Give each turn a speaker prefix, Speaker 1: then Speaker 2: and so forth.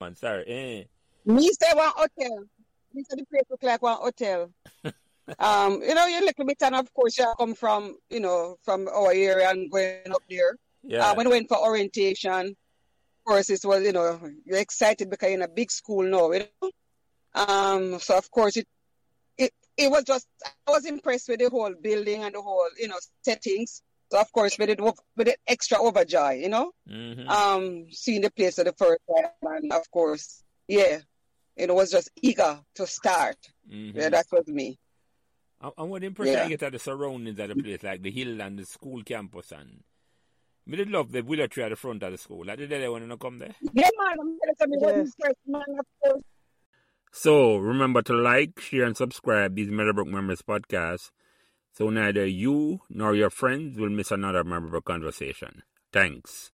Speaker 1: man. Sorry. Eh.
Speaker 2: Me say one hotel. Me say the place look like one hotel. um, you know, you little bit, and of course, you come from, you know, from our area and going up there.
Speaker 1: Yeah.
Speaker 2: Uh, when we went for orientation, of course, it was, you know, you're excited because you're in a big school now, you know. Um, so, of course, it, it, it was just, I was impressed with the whole building and the whole, you know, settings. So, of course, with it, wo- with it extra overjoy, you know,
Speaker 1: Mhm.
Speaker 2: um, seeing the place for the first time. And, of course, yeah, it was just eager to start.
Speaker 1: Mhm.
Speaker 2: Yeah, that was me.
Speaker 1: I- I'm with the impression
Speaker 2: Yeah.
Speaker 1: I get at the surroundings of the place, like the hill and the school campus. And me did love the willow tree at the front of the school. Like the day they want to come there.
Speaker 2: Yeah, man, I'm telling you, it was
Speaker 3: Yes.
Speaker 2: impressed, man, of course.
Speaker 1: So remember to like, share, and subscribe these Meadowbrook Memories podcasts, so neither you nor your friends will miss another memorable conversation. Thanks.